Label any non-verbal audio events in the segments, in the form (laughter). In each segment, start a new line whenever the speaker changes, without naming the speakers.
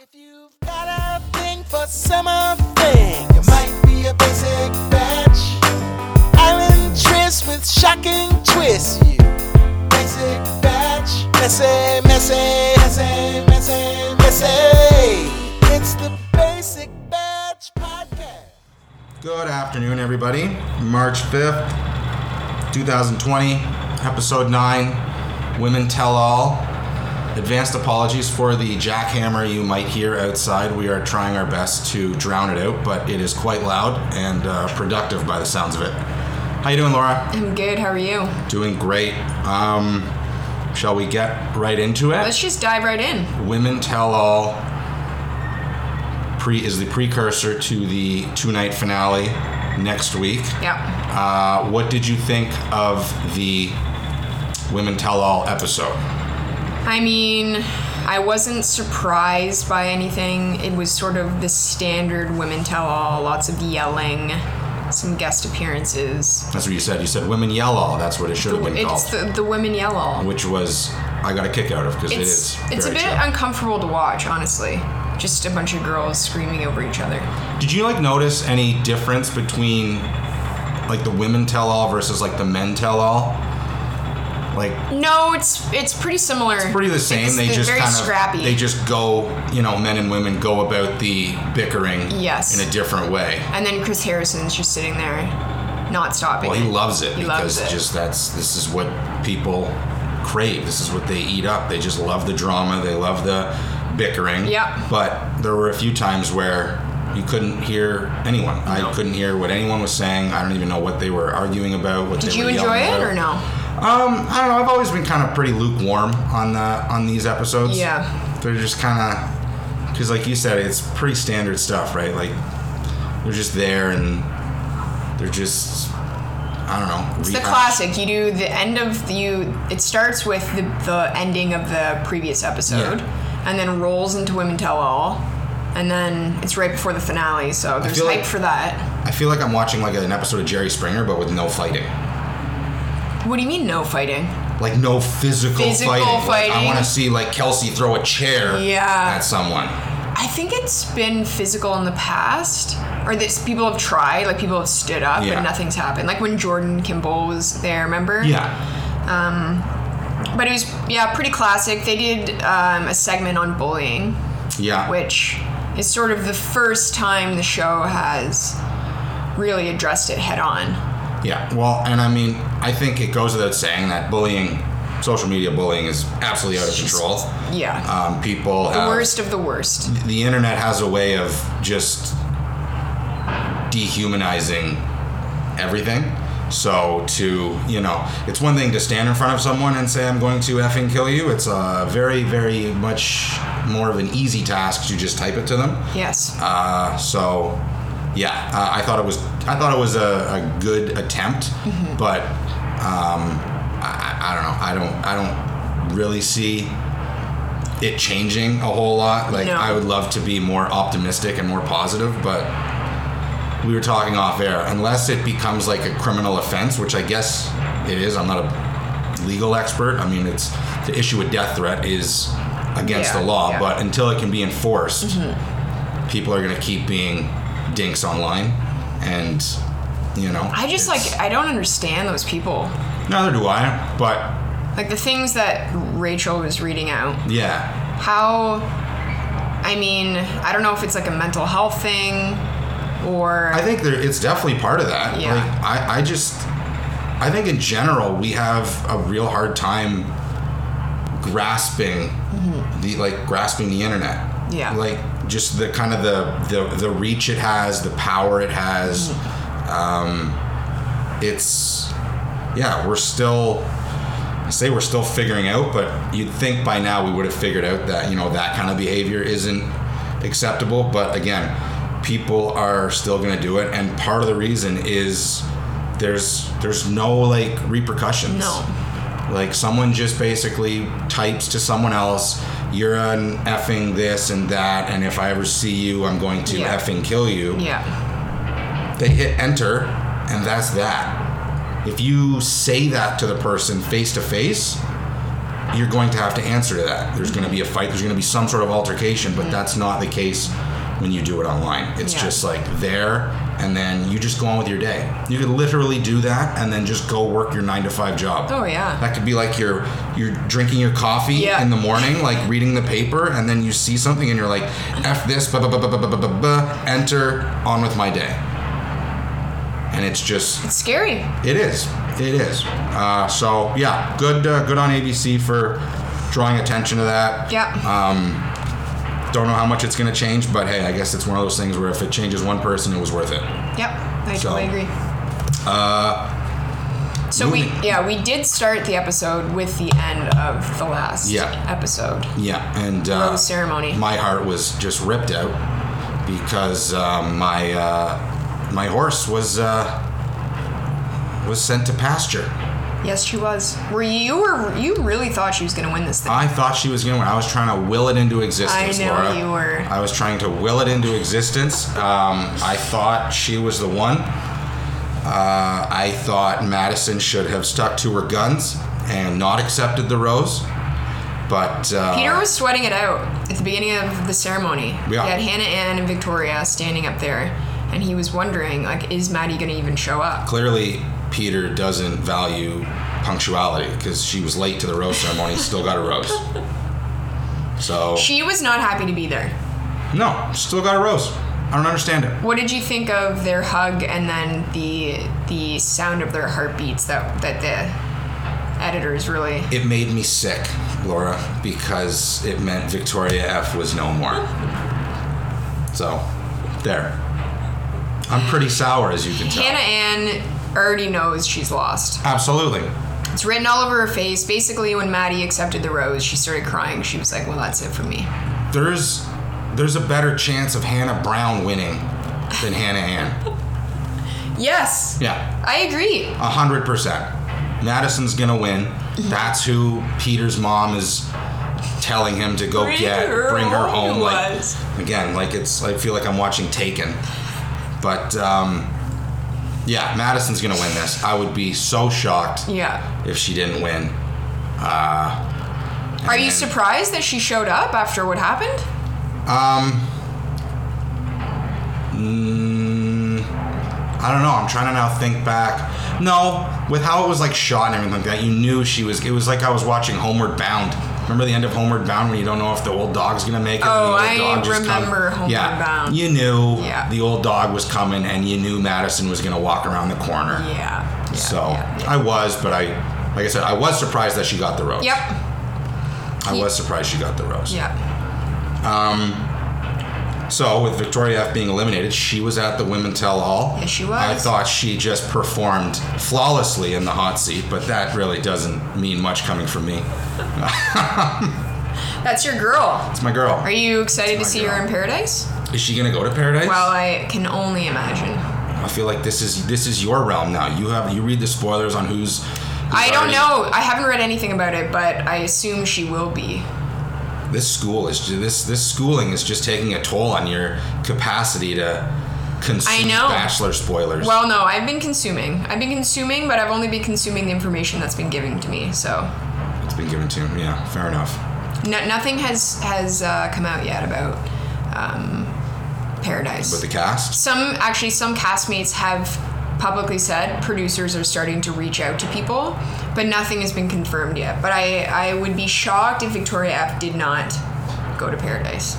If you've got a thing for summer thing, it might be a basic batch. Island tryst with shocking twists. You basic batch. Messy, messy, messy, messy, messy. It's the Basic Batch Podcast.
Good afternoon, everybody. March 5th, 2020, episode 9 Women Tell All. Advanced apologies for the jackhammer you might hear outside. We are trying our best to drown it out, but it is quite loud and uh, productive by the sounds of it. How you doing, Laura?
I'm good. How are you?
Doing great. Um, shall we get right into it?
Let's just dive right in.
Women Tell All pre is the precursor to the two night finale next week.
Yeah.
Uh, what did you think of the Women Tell All episode?
I mean, I wasn't surprised by anything. It was sort of the standard women tell all, lots of yelling, some guest appearances.
That's what you said. You said Women Yell All. That's what it should have been
It's
called.
the, the women yell all.
which was, I got a kick out of because it
It's
is.
it's a
very
bit
chill.
uncomfortable to watch, honestly. Just a bunch of girls screaming over each other.
Did you like notice any difference between like the women tell all versus like the men tell all? Like
No, it's it's pretty similar.
pretty the same.
It's-
they
they're
just
very
kind of
scrappy.
they just go, you know, men and women go about the bickering
Yes.
in a different way.
and then Chris Harrison's just sitting there, not stopping.
Well, he loves it
He
because
loves it.
just that's this is what people crave. This is what they eat up. They just love the drama. They love the bickering.
Yep.
But there were a few times where you couldn't hear anyone. I couldn't hear what anyone was saying. I don't even know what they were arguing about. What
Did you enjoy it or no?
Um, I don't know. I've always been kind of pretty lukewarm on the on these episodes.
Yeah.
They're just kind of because, like you said, it's pretty standard stuff, right? Like they're just there and they're just I don't know.
It's the classic. You do the end of the, you. It starts with the, the ending of the previous episode, and then rolls into Women Tell All, and then it's right before the finale. So there's
feel
hype
like-
for that.
I feel like I'm watching like an episode of Jerry Springer, but with no fighting.
What do you mean no fighting?
Like no physical,
Physical
fighting. Like, I
fighting.
want to see like Kelsey throw a chair
Yeah.
at someone.
I think it's been physical in the past, or that people have tried. Like people have stood up,
Yeah.
but nothing's happened. Like when Jordan Kimball was there, remember?
Yeah.
But it was yeah, pretty classic. They did um, a segment on bullying.
Yeah.
which is sort of the first time the show has really addressed it head on.
Yeah, well, and I mean, I think it goes without saying that bullying, social media bullying, is absolutely out of control.
Yeah.
Um, people
the
have,
worst of the worst.
the internet has a way of just dehumanizing everything. So to you know, it's one thing to stand in front of someone and say I'm going to effing kill you. It's a very, very much more of an easy task to just type it to them.
Yes.
Uh, so, yeah, uh, I thought it was I thought it was a, a good attempt,
Mm-hmm.
but um, I, I- I don't know. I don't I don't really see it changing a whole lot. Like
No.
I would love to be more optimistic and more positive, but we were talking off air. Unless it becomes like a criminal offense, which I guess it is. I'm not a legal expert. I mean, it's to issue a death threat is against
Yeah,
the law,
yeah. Mm-hmm.
but until it can be enforced people are going to keep being dinks online and you know
I
it's-
just like I don't understand those people.
neither do i but
Like the things that Rachel was reading out.
yeah
How I mean, I don't know if it's like a mental health thing or
i think there it's definitely part of that
Yeah.
like i i just i think in general we have a real hard time grasping the like grasping the internet
Mm-hmm. Yeah.
like just the kind of the the, the reach it has the power it has
Mm-hmm.
um it's yeah we're still I say we're still figuring out, but you'd think by now we would have figured out that, you know, that kind of behavior isn't acceptable. But again, people are still going to do it. And part of the reason is there's there's no like repercussions.
No.
Like someone just basically types to someone else, you're an effing this and that. And if I ever see you, I'm going to
Yeah.
effing kill you
yeah.
they hit enter and that's that if you say that to the person face to face you're going to have to answer to that. There's going to be a fight. There's going to be some sort of altercation, but that's not the case when you do it online. It's
Mm. Yeah.
just like there, and then you just go on with your day. You could literally do that, and then just go work your nine to five job.
Oh, yeah.
That could be like you're you're drinking your coffee
Yeah.
in the morning, like reading the paper, and then you see something, and you're like, "F this," blah, blah, blah, blah, blah, blah, blah, blah, enter on with my day. And it's just
It's scary.
it is. It is. Uh, so yeah, good. Uh, good on ABC for drawing attention to that.
Yeah.
Don't know how much it's going to change, but hey, I guess it's one of those things where if it changes one person, it was worth it.
Yep, I
So, uh,
totally agree. Uh, so we
moving-
yeah we did start the episode with the end of the last
Yeah.
episode
Yeah. And uh,
Rose ceremony.
My heart was just ripped out because uh, my uh, my horse was uh, was sent to pasture.
yes, she was. Were you were you really thought she was gonna win this thing?
I thought she was going to win. I was trying to will it into existence,
I know
Laura.
you were.
I was trying to will it into existence. Um, I thought she was the one. Uh, I thought Madison should have stuck to her guns and not accepted the rose. But uh,
Peter was sweating it out at the beginning of the ceremony.
Yeah.
He had Hannah Ann and Victoria standing up there, and he was wondering like, is Maddie gonna even show up?
clearly Peter doesn't value punctuality because she was late to the rose ceremony. still got a
(laughs)
rose. So
She was not happy to be there.
no, still got a rose. I don't understand it.
What did you think of their hug and then the the sound of their heartbeats that that the editors really
It made me sick, Laura, because it meant Victoria F was no more.
(laughs)
So, there. I'm pretty sour, as you can tell.
Hannah Ann already knows she's lost.
Absolutely.
It's written all over her face. Basically, when Maddie accepted the rose, she started crying. She was like, "Well, that's it for me."
There's there's a better chance of Hannah Brown winning than Hannah
(laughs)
Ann.
Yes,
Yeah,
I agree.
a hundred percent. Madison's gonna win.
Mm-hmm.
That's who Peter's mom is telling him to go
Bring
get,
her
bring her
home
home.
to
Like
us.
again, like it's I feel like I'm watching Taken. But um, yeah, Madison's gonna win this. I would be so shocked
Yeah.
if she didn't win. Uh,
Are you
then-
surprised that she showed up after what happened?
Um, mm, I don't know. I'm trying to now think back. No, with how it was like shot and everything like that, you knew she was. It was like I was watching Homeward Bound. Remember the end of Homeward Bound when you don't know if the old dog's gonna make it? and
Oh,
the old
I
just come-
remember Homeward
yeah,
Bound.
You knew
Yeah.
the old dog was coming, and you knew Madison was gonna walk around the corner.
Yeah. yeah,
so
yeah, yeah.
I was, but I, like I said, I was surprised that she got the rose.
Yep.
I was surprised she got the rose.
Yeah.
So with Victoria F being eliminated, she was at the Women Tell All.
Yes, she was.
I thought she just performed flawlessly in the hot seat, but that really doesn't mean much coming from me.
That's your girl.
It's my girl.
Are you excited to
That's my
see her
girl.
in paradise?
Is she gonna go to paradise?
Well, I can only imagine.
I feel like this is this is your realm now. You have you read the spoilers on who's. who's
I don't
already-
know. I haven't read anything about it, but I assume she will be.
This school is ju- this this schooling is just taking a toll on your capacity to consume
I know.
bachelor spoilers.
Well, no, I've been consuming. I've been consuming, but I've only been consuming the information that's been given to me. So,
it's been given to him. Yeah, fair enough.
no, nothing has has uh, come out yet about um, Paradise.
With the cast,
some actually, some castmates have publicly said producers are starting to reach out to people, but nothing has been confirmed yet. But I I would be shocked if Victoria F did not go to Paradise.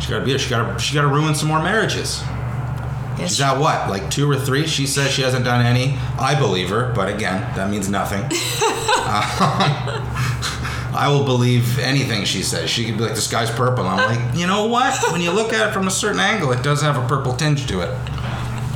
she gotta be. She gotta. She gotta ruin some more marriages.
Yes,
She's at what, like two or three? She says she hasn't done any. I believe her, but again, that means nothing. Um, (laughs) I will believe anything she says. She could be like, the sky's purple. And I'm like, you know what? When you look at it from a certain angle, it does have a purple tinge to it.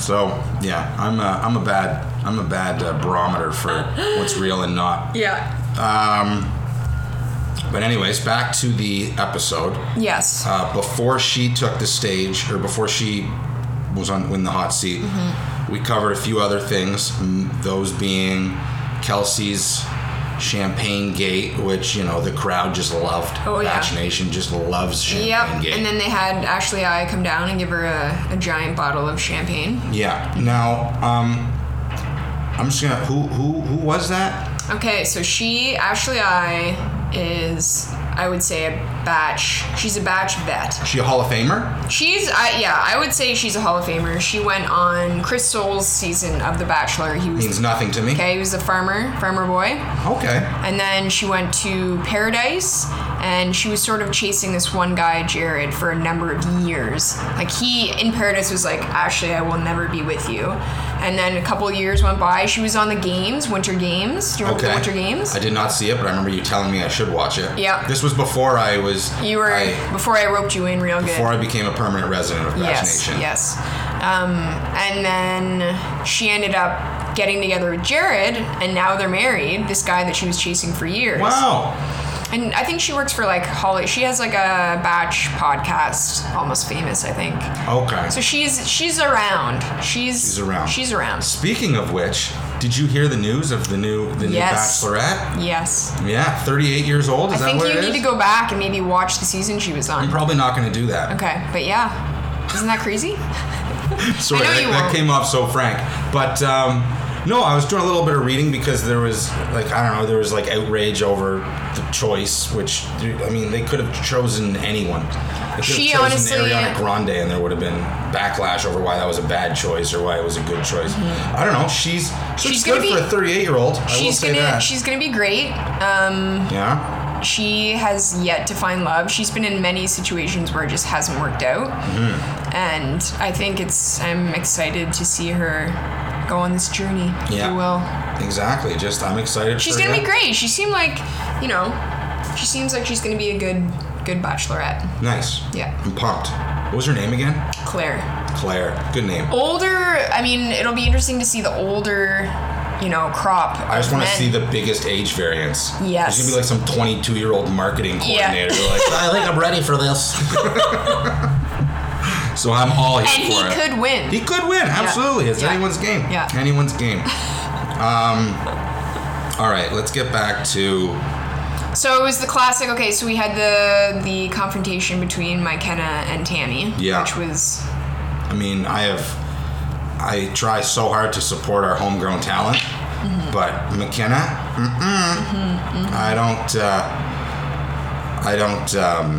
So yeah, I'm a, I'm a bad I'm a bad uh, barometer for what's real and not.
yeah.
But anyways, back to the episode
Yes.
uh, before she took the stage or before she was on in the hot seat
Mm-hmm.
we covered a few other things m- those being kelsey's champagne gate which you know the crowd just loved
Oh, yeah.
Batch Nation just loves champagne
Yep.
gate
And then they had Ashley I come down and give her a, a giant bottle of champagne.
yeah now um i'm just gonna who who who was that
Okay, so she, Ashley I, is, I would say, a batch. She's a batch vet.
She a Hall of Famer?
She's, I, yeah, I would say she's a Hall of Famer. She went on Chris Soule's season of The Bachelor. He
Means
was,
nothing to me.
okay, he was a farmer, farmer boy.
Okay.
And then she went to Paradise, and she was sort of chasing this one guy, Jared, for a number of years. Like, he in Paradise was like, Ashley, I will never be with you. And then a couple years went by. She was on the games, Winter Games. Do you remember
Okay.
the Winter Games?
I did not see it, but I remember you telling me I should watch it.
Yeah.
This was before I was.
You were
I,
before I roped you in real good.
before I became a permanent resident of
yes,
Fascination.
yes. Um, and then she ended up getting together with Jared, and now they're married. This guy that she was chasing for years.
Wow.
And I think she works for like Holly. She has like a batch podcast, almost famous, I think.
Okay.
So she's she's around. She's
She's around.
She's around.
Speaking of which, did you hear the news of the new the
Yes.
new Bachelorette?
Yes.
Yeah, 38 years old. Is
I
that
think
what
you
it
need
is?
to go back and maybe watch the season she was
I'm
on.
probably not going to do that.
Okay, but yeah, isn't that crazy?
Sorry,
I know
that,
you
that
won't.
came off so frank. But um, no, I was doing a little bit of reading because there was like I don't know, there was like outrage over the choice, which I mean, they could have chosen anyone. They could
She
have chosen
honestly-
Ariana Grande, and there would have been backlash over why that was a bad choice or why it was a good choice. I don't know. She's she
Mm-hmm.
looks
She's gonna
good for
be-
a 38 year old. I will
She's
say
gonna
that.
she's gonna be great. Um,
yeah.
she has yet to find love. She's been in many situations where it just hasn't worked out.
Mm-hmm.
And I think it's, I'm excited to see her go on this journey, if
Yeah.
you will.
Exactly. Just I'm excited.
She's
for
gonna
her.
be great. She seemed like, you know, she seems like she's gonna be a good, good bachelorette.
Nice.
Yeah.
I'm pumped. What was her name again?
Claire.
Claire. Good name.
Older, I mean, it'll be interesting to see the older, you know, crop.
I just want to
men.
see the biggest age variance.
Yes.
There's gonna be like some 22 year old marketing
Yeah.
coordinator. Like, I think I'm ready for this. (laughs) so I'm all here
And he
for it.
could win.
He could win. Absolutely. It's
Yeah.
anyone's game.
Yeah.
Anyone's game. Um. All right. Let's get back to.
So it was the classic. Okay, so we had the the confrontation between McKenna and Tammy,
Yeah.
which was
I mean, I have. I try so hard to support our homegrown talent, but McKenna. Mm-mm, I don't. Uh, I don't. Um,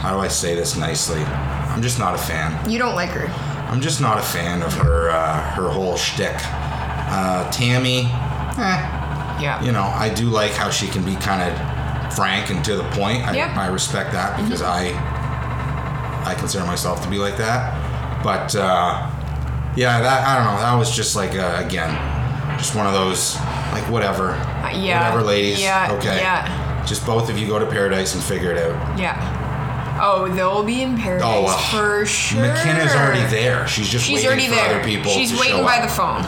how do I say this nicely? I'm just not a fan.
you don't like her.
I'm just not a fan of her uh, her whole shtick. Uh, Tammy, eh,
Yeah.
you know, I do like how she can be kind of frank and to the point. I,
Yep.
I respect
Mm-hmm.
that because I I consider myself to be like that. But uh, yeah, that I don't know. That was just like uh, again, just one of those like whatever,
Uh, yeah,
whatever, ladies.
yeah,
okay,
yeah.
Just both of you go to paradise and figure it out.
Yeah. Oh, they'll be in paradise
Oh, well.
for sure.
McKenna's already there. She's just
She's
waiting
already
for
there.
other people.
she's
to
waiting
show
by
up.
the phone.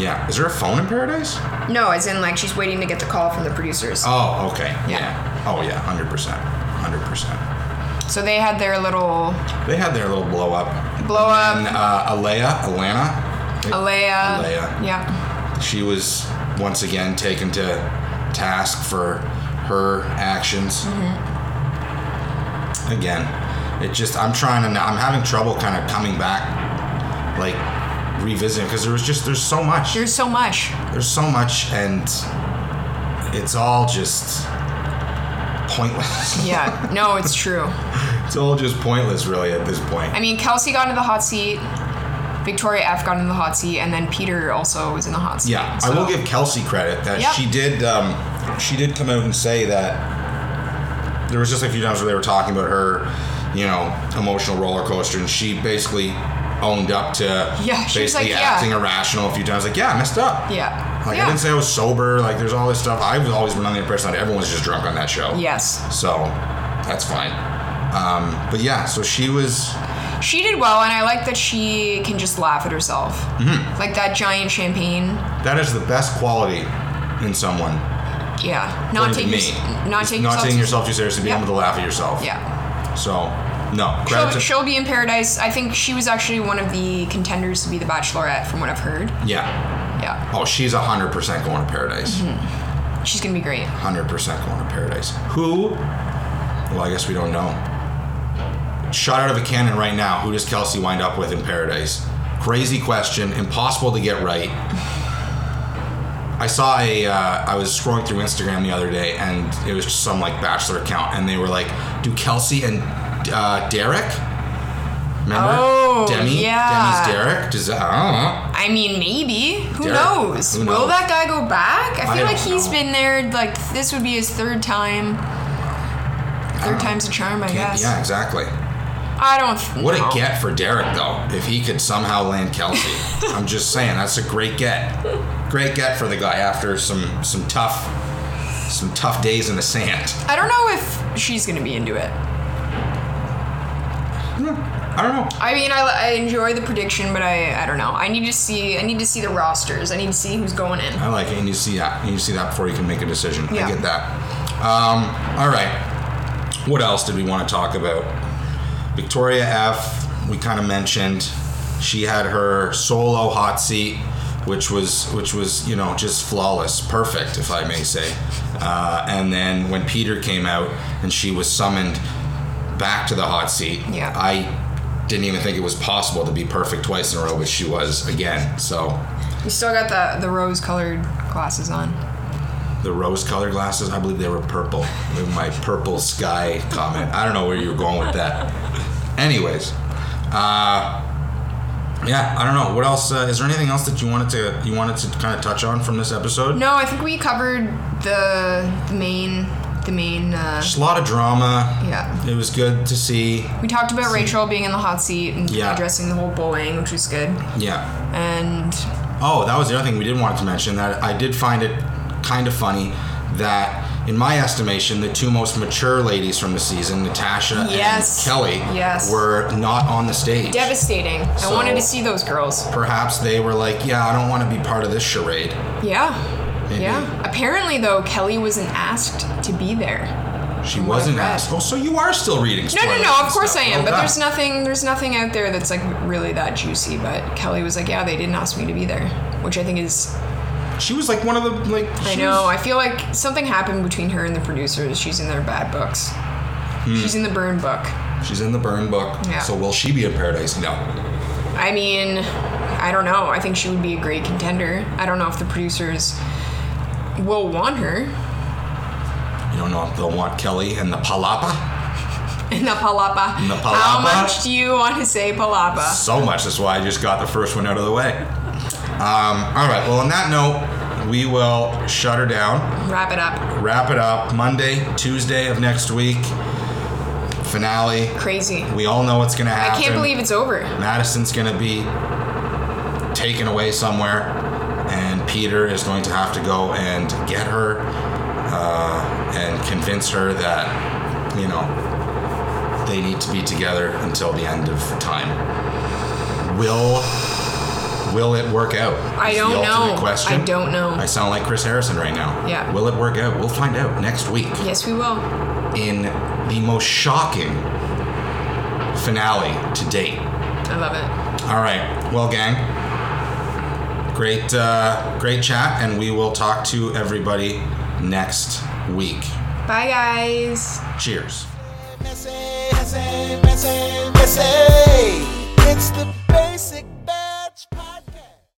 Yeah. Is there a phone in paradise?
No, as in like she's waiting to get the call from the producers.
Oh, okay.
Yeah.
Oh, yeah. Hundred percent. Hundred percent.
So they had their little
They had their little blow up.
blow
And
up.
uh, Alea, Alana,
Oh. Alea.
Alea.
Yeah.
she was once again taken to task for her actions. Again, it just I'm trying to. I'm having trouble kind of coming back, like revisiting because there was just there's so much.
There's so much.
there's so much and it's all just pointless.
Yeah. no, it's true.
(laughs) It's all just pointless, really, at this point.
I mean, Kelsey got into the hot seat. Victoria F got into the hot seat, and then Peter also was in the hot seat.
Yeah, I
So-
will give Kelsey credit that
Yep.
she did. Um, she did come out and say that there was just a few times where they were talking about her, you know, emotional roller coaster, and she basically owned up to
Yeah, she
basically
was like, yeah.
acting irrational a few times. Like, yeah, I messed up.
Yeah.
Like
yeah.
I didn't say I was sober. Like there's all this stuff. I've always been under the impression that everyone's just drunk on that show.
Yes.
So that's fine. Um, but yeah, so she was.
She did well, and I like that she can just laugh at herself.
Mm-hmm.
Like that giant champagne.
That is the best quality in someone.
Yeah. Not
According
taking
to
yours-
me.
not
Just
taking
not
yourself
taking
too-
yourself too seriously, being
Yeah.
able to laugh at yourself.
Yeah.
So no credit
She'll,
to
she'll be in paradise. I think she was actually one of the contenders to be the Bachelorette, from what I've heard.
yeah.
Yeah.
Oh, she's hundred percent going to paradise. 100
She's gonna be great.
percent going to paradise. Who? Well, I guess we don't know. Shot out of a cannon right now. Who does Kelsey wind up with in paradise? Crazy question. Impossible to get right. I saw a. Uh, I was scrolling through Instagram the other day, and it was just some like bachelor account, and they were like, "Do Kelsey and uh, Derek? Remember
Oh,
Demi?
yeah.
Demi's Derek? Does that? I don't know.
I mean, maybe. Who
Derek,
knows?
who
Will
knows?
that guy go back? I
I
feel
don't
like he's
know.
been there. Like this would be his third time. Third time's a charm, I
Can't-
guess.
Yeah, exactly.
I don't.
What
know.
a get for Derek though, if he could somehow land Kelsey. I'm just saying, that's a great get. Great get for the guy after some some tough some tough days in the sand.
I don't know if she's gonna be into it.
I don't know.
I mean, I, I enjoy the prediction, but I I don't know. I need to see. I need to see the rosters. I need to see who's going in.
I like it. You need to see that. You need to see that before you can make a decision.
Yeah.
I get that. Um, all right. What else did we want to talk about? Victoria F. We kind of mentioned she had her solo hot seat, which was which was you know just flawless, perfect, if I may say. Uh, and then when Peter came out and she was summoned back to the hot seat,
Yeah.
I didn't even think it was possible to be perfect twice in a row, but she was again. So
You still got the the rose-colored glasses on.
the rose colored glasses. I believe they were purple. My purple sky comment. I don't know where you were going with that. Anyways, uh, yeah, I don't know. What else? Uh, is there anything else that you wanted to you wanted to kind of touch on from this episode?
No, I think we covered the the main the main. Uh,
Just a lot of drama.
yeah.
It was good to see.
We talked about Rachel being in the hot seat and
Yeah.
addressing the whole bullying, which was good.
Yeah.
And
Oh, that was the other thing we did want to mention that I did find it kind of funny that, in my estimation, the two most mature ladies from the season, Natasha
Yes.
and Kelly,
Yes.
were not on the stage.
devastating. I
So-
wanted to see those girls.
Perhaps they were like, yeah, I don't want to be part of this charade.
Yeah.
Maybe.
Yeah. Apparently, though, Kelly wasn't asked to be there.
She wasn't
read.
asked. Oh, so you are still reading
No, no,
spoilers
no.
and
Of course I
stuff. Oh,
am,
Well
but
done.
there's nothing. There's nothing out there that's like really that juicy. But Kelly was like, "Yeah, they didn't ask me to be there," which I think is.
She was like one of the like.
I
she
know. I
was-
feel like something happened between her and the producers. She's in their bad books.
Hmm.
She's in the burn book.
she's in the burn book.
Yeah.
So will she be in paradise? No.
I mean, I don't know. I think she would be a great contender. I don't know if the producers will want her (laughs)
You don't know if they'll want Kelly and the palapa.
in the palapa.
the
How
palapa?
much do you want to say palapa?
So much. That's why I just got the first one out of the way. Um, all right. Well, on that note, we will shut her down.
Wrap it up.
Wrap it up. Monday, Tuesday of next week. Finale.
Crazy.
We all know what's gonna happen.
I can't believe it's over.
Madison's going to be taken away somewhere, and Peter is going to have to go and get her uh, and convince her that, you know, they need to be together until the end of time. Will will it work out?
I
Is the
don't
ultimate
know.
Question.
I don't know.
I sound like Chris Harrison right now.
Yeah.
Will it work out? We'll find out next week
Yes, we will.
in the most shocking finale to date.
I love it.
All right. Well, gang. Great, uh, great chat, and we will talk to everybody next week.
Bye, guys.
Cheers.
Messy, messy, messy, messy. It's the basic